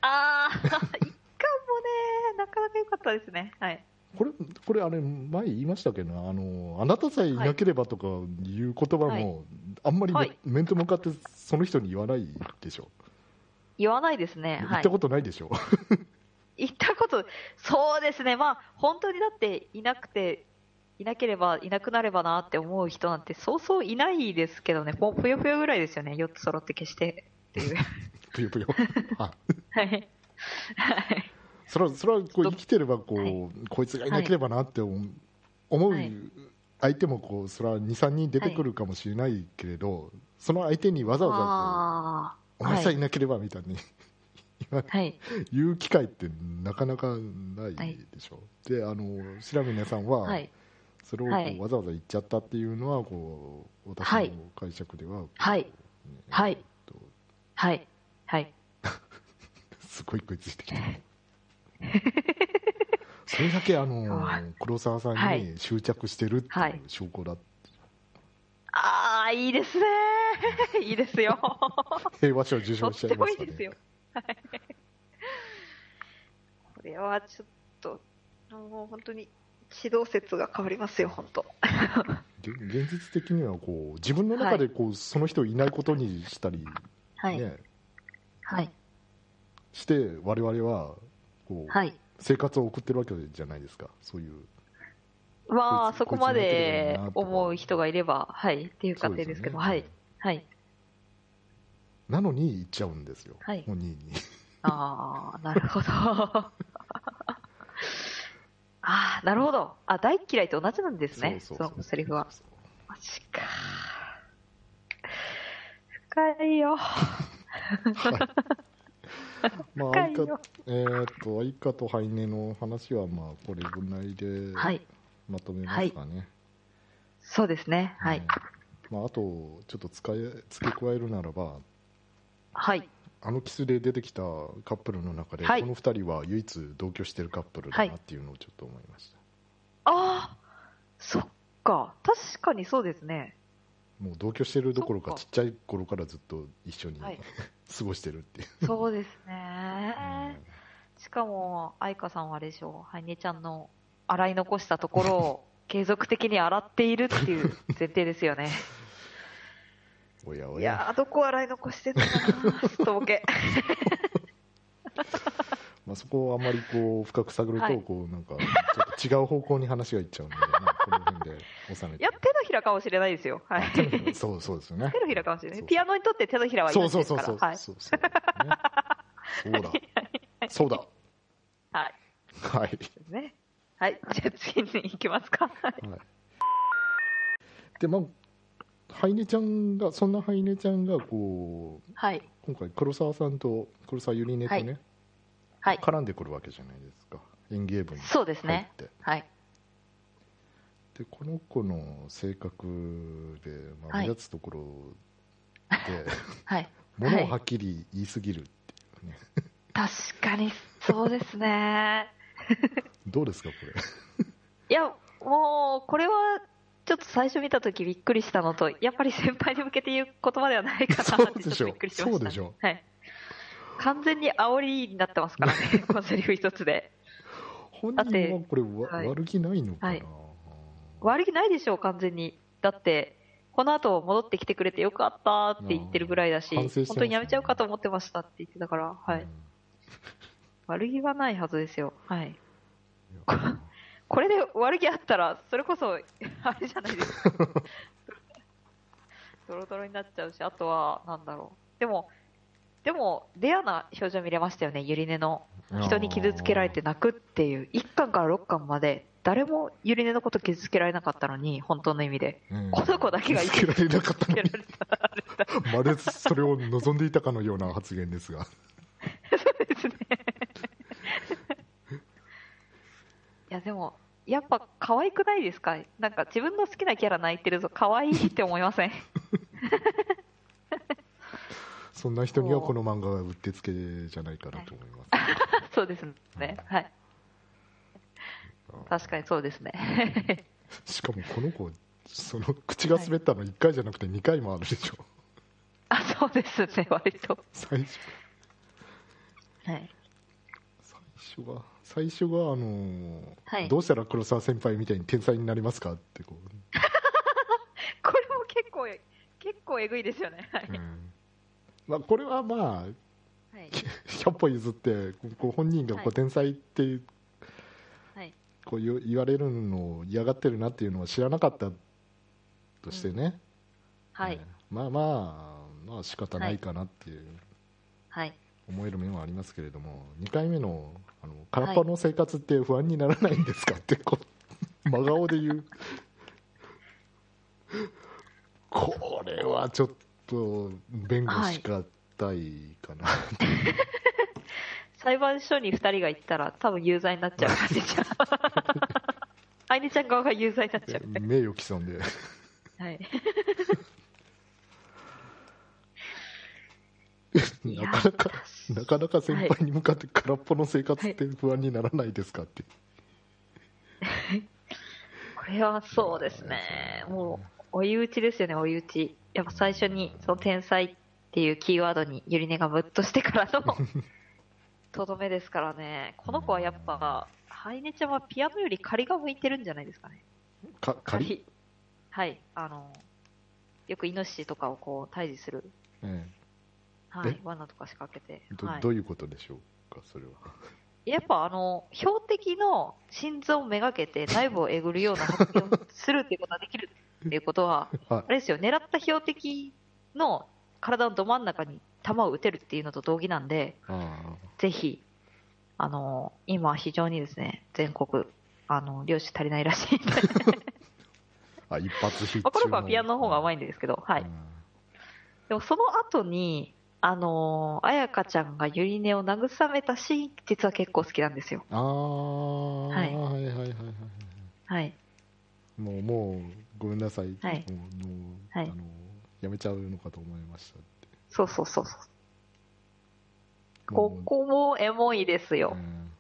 S2: ああ、一巻もね、なかなか良かったですね。はい。
S1: これこれあれ前言いましたけどねあのあなたさえいなければとかいう言葉も、
S2: はい
S1: あんまりめ
S2: はい
S1: 面と向かってその人に言わないでしょ、
S2: 言わないですね。
S1: 言
S2: は
S1: っ
S2: い
S1: た。ことないでしょ、 [LAUGHS]
S2: 言ったこと、そうですね。まあ、本当にだって、いなくて、いなければ、いなくなればなって思う人なんて、そうそういないですけどね、もうぷよぷよぐらいですよね。4つ揃って消してって
S1: [LAUGHS]
S2: いう。
S1: ぷよぷよ。あ
S2: はい。はい
S1: それはそれはこう生きてればこう、
S2: は
S1: こいつがいなければなって思う思う
S2: はい
S1: 相手もこうそれは23人出てくるかもしれないけれど、その相手にわざわ
S2: あ
S1: ざこうお前さえいなければみたいに
S2: あ、はい。
S1: 言う機会ってなかなかないでしょ、であの白峰さんは、
S2: はい。
S1: それをこう
S2: はい
S1: わざわざ言っちゃったっていうのはこう私
S2: はい
S1: の解釈では、
S2: はい。
S1: ね
S2: はい
S1: えっと
S2: はい。はい。
S1: すごい食いついて
S2: [LAUGHS]
S1: きた。それだけあの
S2: はい
S1: 黒沢さん
S2: は
S1: に
S2: い
S1: 執着してるって
S2: はいいう
S1: 証拠だって、
S2: あああ、いいですね。 [LAUGHS] いいで
S1: [LAUGHS]
S2: すよ。
S1: 平和賞受
S2: と
S1: 賞
S2: っ
S1: しちゃ
S2: て
S1: いま
S2: もい
S1: し
S2: い
S1: た
S2: です
S1: ね
S2: よ。はいこれはちょっと、もう本当に指導説が変わりますよ、本当。
S1: で現実的にはこう自分の中でこう、その人いないことにしたり、ね
S2: はい。はい。
S1: して我々はこう、
S2: はい。
S1: 生活を送ってるわけじゃないですかそういう
S2: まあ、
S1: こいつ
S2: そこまで
S1: こいつのことだよなとか
S2: 思う人がいれば、はい、っていう過程ですけど、
S1: そう
S2: は
S1: よ
S2: い
S1: ね。
S2: はい。
S1: なのに行っちゃうんですよ、
S2: はい
S1: もう2位に
S2: ああ、なるほど。 [LAUGHS] ああ、なるほど。あ、大嫌いと同じなんですね。
S1: そ
S2: そう
S1: そうそう
S2: のセリフは。
S1: そう
S2: マジか。深いよ。
S1: まあ
S2: 深
S1: 相
S2: い
S1: 方
S2: よ。
S1: えー、と相方とハイネの話はまあこれぐらいで
S2: はい。
S1: まとめますかね、
S2: そうですね。はい
S1: うん。まあ、あとちょっと使い付け加えるならば
S2: はい。
S1: あのキスで出てきたカップルの中で、
S2: はい
S1: この2人は唯一同居してるカップルだなっていうのをちょっと思いました、
S2: ああ、そっか。確かにそうですね。
S1: もう同居してるどころか
S2: そっか
S1: ちっちゃい頃からずっと一緒に、
S2: はい
S1: [LAUGHS] 過ごしてるっていう、
S2: そうです
S1: うん
S2: ね。しかも、愛花さんはあれでしょう、ハイネちゃんの洗い残したところを継続的に洗っているっていう前提ですよね。
S1: おやお
S2: [LAUGHS] い
S1: や
S2: やー、どこ洗い残してんのかな、すっとぼけ。
S1: まあ、そこをあまりこう深く探ると、
S2: はい
S1: こうなんかちょっと違う方向に話がいっちゃうので、まあ、この辺で収め
S2: [LAUGHS] いや、手のひらかもしれないですよ。はい。
S1: てそうそうですよね
S2: 手のひらかもしれない。
S1: そう
S2: ピアノにとって手のひらは
S1: そう
S2: 命
S1: そう
S2: です
S1: そう
S2: から。
S1: そう
S2: はい。
S1: そうそうねそうだそうだ
S2: はい。
S1: はい
S2: ですね。はい。 [LAUGHS] じゃあ次に行きますか。はい
S1: はい、でまあハイネちゃんがそんなハイネちゃんがこう
S2: はい。
S1: 今回黒沢さんと黒沢ゆりねとね、
S2: はい。
S1: 絡んでくるわけじゃないですか演芸部に入
S2: そうですね
S1: っ。て、
S2: はい。
S1: でこの子の性格で、まあ、
S2: はい
S1: 目立つところで、
S2: はい。
S1: 物をはっきり言いすぎるっていうね
S2: 確かに、そうで
S1: [LAUGHS]
S2: すね。
S1: どうですかこれ
S2: いや、もう、これは、ちょっと最初見たときびっくりしたのと、やっぱり先輩に向けて言う言葉ではないかなって、ち
S1: そうでしょ
S2: ょっとびっくりしました、ね。
S1: そうでしょ
S2: はい。完全に煽りになってますか
S1: [LAUGHS]
S2: らね、このセリフ一つで。
S1: 本
S2: だって
S1: 人はこれわ、
S2: はい
S1: 悪気ないのかな、
S2: はい悪気ないでしょう、完全に。だって、この後戻ってきてくれてよかったって言ってるぐらいだし、
S1: うん反省してますね
S2: 本当にやめちゃうかと思ってましたって言ってたから、はい。
S1: うん
S2: 悪気はないはずですよ。はい。
S1: いや
S2: これで悪気あったら、それこそ、 [LAUGHS] あれじゃないです [LAUGHS] か。ドロドロになっちゃうし、あとは、なんだろう。でも、でも、レアな表情見れましたよね、ゆりねの。人に傷つけられて泣くっていう、1巻から6巻まで、誰もゆりねのこと傷つけられなかったのに、本当の意味で。
S1: うん
S2: この子だけが
S1: 傷つけられなかった
S2: つ
S1: の
S2: け
S1: に
S2: られた。
S1: まるでそれを望んでいたかのような発言ですが
S2: そうですね。 [LAUGHS] いや、でも、やっぱ可愛くないですかなんか自分の好きなキャラ泣いてるぞ、可愛いって思いません [LAUGHS]
S1: そんな人にはこの漫画はうってつけじゃないかなと思います、
S2: そうですね。はい。確かにそうですね。 [LAUGHS]
S1: しかもこの子その口が滑ったの1回じゃなくて2回もあるでしょ
S2: あ、そうですね、割と。
S1: 最初
S2: はい。
S1: 最初は最初はあのー
S2: はい
S1: どうしたら黒沢先輩みたいに天才になりますかってこう、
S2: これも結構、結構えぐいですよね。 [LAUGHS] はい。
S1: うんまあ、これはまあ
S2: はい。
S1: 100歩譲ってこう本人がこ
S2: は
S1: う
S2: い
S1: 天才って
S2: はい。
S1: こう言う言われるのを嫌がってるなっていうのは知らなかったとしてね、
S2: はい
S1: うん。まあまあまあ仕方ないかなっていう
S2: はい。
S1: 思える面はありますけれども2回目のあの「空っぽの生活って不安にならないんですか?」ってこう真顔で言う [LAUGHS] これはちょっと弁護しかたいか
S2: [LAUGHS]
S1: な、
S2: 裁判所に2人が行ったら、多分有罪になっちゃう、アイネちゃ
S1: [LAUGHS]
S2: ん。 [LAUGHS] アイネちゃん側が有罪になっちゃう。
S1: 名誉毀損で
S2: はい。いや
S1: なかなか [LAUGHS] なかなか先輩に向かって空っぽの生活って不安にならないですかって、
S2: これはそうですね、もう追い打ちですよね、追い打ち。やっぱ最初に、その天才っていうキーワードにゆりねがぶっとしてから
S1: [LAUGHS]
S2: のとどめですからね。この子はやっぱ、ハイネちゃんはピアノより仮が向いてるんじゃないですかね。
S1: か仮、
S2: はい。あの、よくイノシシとかをこう退治する、
S1: え
S2: は
S1: え
S2: い、罠とか仕掛けて。
S1: えど
S2: はい
S1: どういうことでしょうかそれは
S2: やっぱあの、標的の心臓をめがけて内部をえぐるような発見をするっていうことができるっていうことは、
S1: はい
S2: あれですよ、狙った標的の体のど真ん中に弾を撃てるっていうのと同義なんで、
S1: あ
S2: ぜひ、あの、今非常にですね、全国、あの、漁師足りないらしいんで、
S1: ああ一発必中
S2: まあこ
S1: [LAUGHS]
S2: の子はピアノの方が上手いんですけど、はい。でもその後に、あの、彩香ちゃんがゆりねを慰めたシーン、実は結構好きなんですよ。
S1: ああ、は、
S2: はいい
S1: はいはいはいはい
S2: はい。
S1: もうもうごめんなさい、
S2: はい
S1: もうもう、
S2: はい
S1: あのやめちゃうのかと思いました
S2: そうそうそうそう。こ
S1: もう
S2: こもエモいですよ
S1: う。ん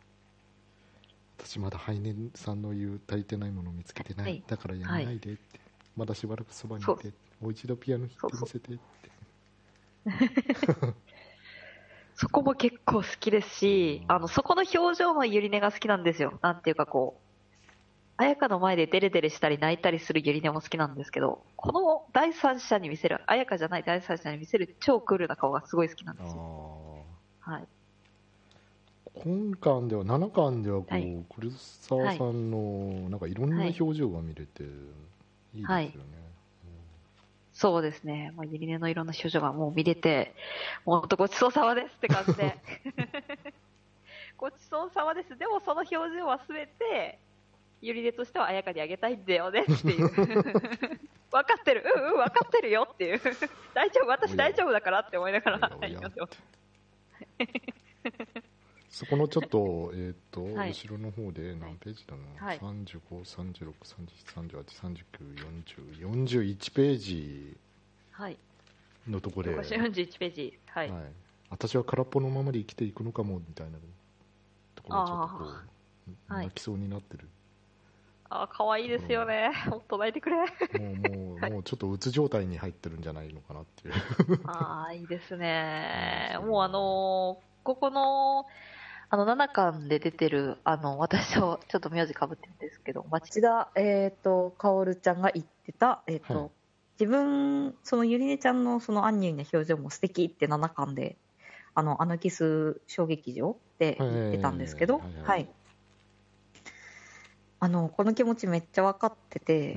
S1: 私まだハイネさんの言う足りてないものを見つけてない、
S2: はい
S1: だからやめないでって、まだしばらくそばにい
S2: そう
S1: てもう一度ピアノ弾いてみせてって
S2: そこも結構好きですし、あの、そこの表情のゆりねが好きなんですよ。なんていうかこう、彩香の前でデレデレしたり泣いたりするゆりねも好きなんですけど、この第三者に見せる、彩香じゃない第三者に見せる超クールな顔がすごい好きなんですよ。
S1: ああ
S2: はい。
S1: 今巻では7巻ではこう、
S2: はい
S1: 黒沢さんのなんかいろんな表情が見れていいですよね、
S2: はいそうですね。まあ、ゆりねのいろんな表情がもう見れて、もうほんとごちそうさまですって感じで。 [LAUGHS] ごちそうさまです。でもその表情はすべて、ゆりねとしてはあやかにあげたいんだよねっていう。 [LAUGHS] 分かってる。うんうん、分かってるよっていう。大丈夫、私大丈夫だからって思いながら
S1: おやおや
S2: やってます。
S1: そこのちょっとえっと、
S2: はい
S1: 後ろの方で何ページだな、
S2: はい
S1: 353638394041ページ
S2: はい。
S1: のところで、
S2: 41ページ。はい。
S1: はい私は空っぽのままで生きていくのかもみたいなところがちょっとこう
S2: はい
S1: 泣きそうになってる、
S2: ああ、可愛いですよね。もっと泣いてくれ。
S1: もうもう、
S2: はい
S1: もうちょっとうつ状態に入ってるんじゃないのかな
S2: [LAUGHS]
S1: っていう [LAUGHS]
S2: ああ、いいですね。もうあのーここの、あの、7巻で出てる、あの、私とちょっと名字かぶってるんですけど、町
S3: 町田、えー、と薫ちゃんが言ってた、えーと
S1: はい
S3: 自分そのゆりねちゃんのそのアンニュイな表情も素敵って7巻であのアナキス小劇場で言ってたんですけど、
S1: は
S3: はいい
S1: はいはい
S3: あのこの気持ちめっちゃ分かってて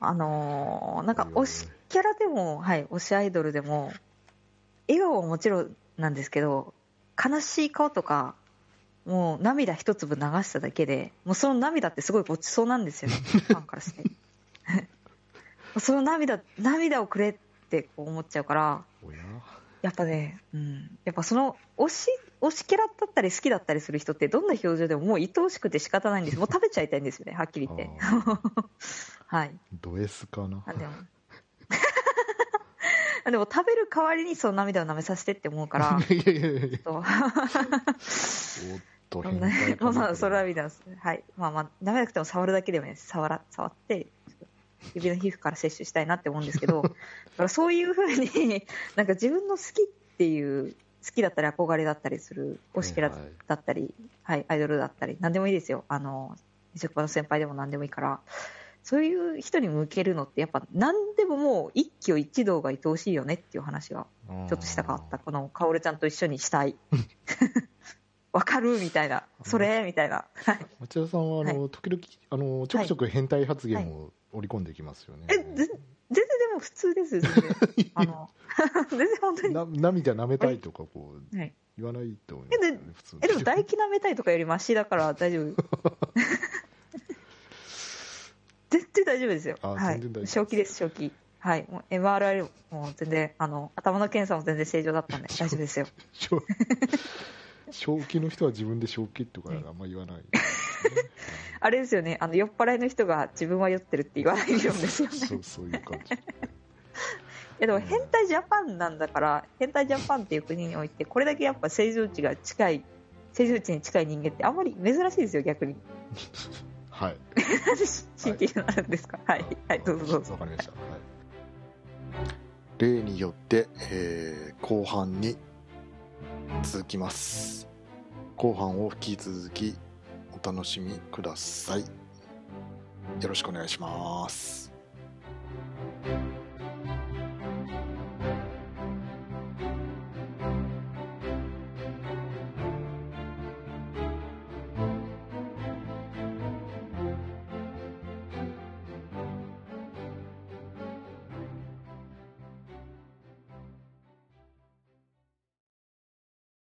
S3: あのーなんか推しキャラでも、はい、推しアイドルでも笑顔はもちろんなんですけど悲しい顔とかもう涙一粒流しただけでもうその涙ってすごいごちそうなんですよ
S1: [LAUGHS]
S3: ねファンからして [LAUGHS] その涙涙をくれってこう思っちゃうから
S1: おや
S3: やっぱね、うん、やっぱその推し推しキャラだったり好きだったりする人ってどんな表情でももう愛おしくて仕方ないんですもう食べちゃいたいんですよねはっきり言って
S1: あー
S3: [LAUGHS] はい
S1: ド S かな
S3: あでも [LAUGHS] あでも食べる代わりにその涙を舐めさせてって思うから
S1: [LAUGHS] いやいやいやいや
S3: [LAUGHS] そう
S1: おっと
S3: ま
S1: 変態か
S3: あ [LAUGHS]
S1: な
S3: まあ、それは
S1: こ
S3: 見たんです。はい。まあまあ、舐めなくても触るだけでもいいです。触ら、触って、指の皮膚から摂取したいなって思うんですけ [LAUGHS] ど、だからそういうふうに、なんか自分の好きっていう、好きだったり憧れだったりする、推しキャラ
S1: はいはい
S3: だったり、はい、アイドルだったり、何でもいいですよ。あの、職場の先輩でも何でもいいから、そういう人に向けるのって、やっぱ何でももう一挙一動が愛おしいよねっていう話が
S1: あー
S3: ちょっとしたかった、この薫ちゃんと一緒にした
S1: [LAUGHS]
S3: い、わかるみたいな、それみたいな、はい
S1: 町田さんはあの、時々あのちょくちょく変態発言を織り込んできますよね、
S3: えぜ全然でも普通です、全然、あ
S1: [LAUGHS]
S3: の全然本当に、
S1: な涙舐めたいとかこう
S3: はい、
S1: 言わないと思いますよね普通に
S3: えでも唾液舐めたいとかよりマシだから大
S1: [LAUGHS]
S3: 丈夫、全然大丈夫ですよ、
S1: あ
S3: は
S1: 全然大丈夫で
S3: い、
S1: す
S3: 正気です、正気。はい、もう MRI も全然あの頭の検査も全然正常だった
S1: [LAUGHS]
S3: んで大丈夫ですよ
S1: 正正気の人は自分で正気とかあんま言わない、
S3: [LAUGHS] あれですよねあの酔っ払いの人が自分は酔ってるって言わない理論ですよね
S1: [LAUGHS] そうそういう感じ
S3: いやでも変態ジャパンなんだから変態ジャパンっていう国においてこれだけやっぱ
S1: [LAUGHS]
S3: 正常値が近い正常値に近い人間ってあんまり珍しいですよ逆に
S1: はい
S2: なんで CT になるんですかはい、はい、どうぞどうぞ
S1: わかりました、はい、例によって、えー後半に続きます後半を引き続きお楽しみくださいよろしくお願いします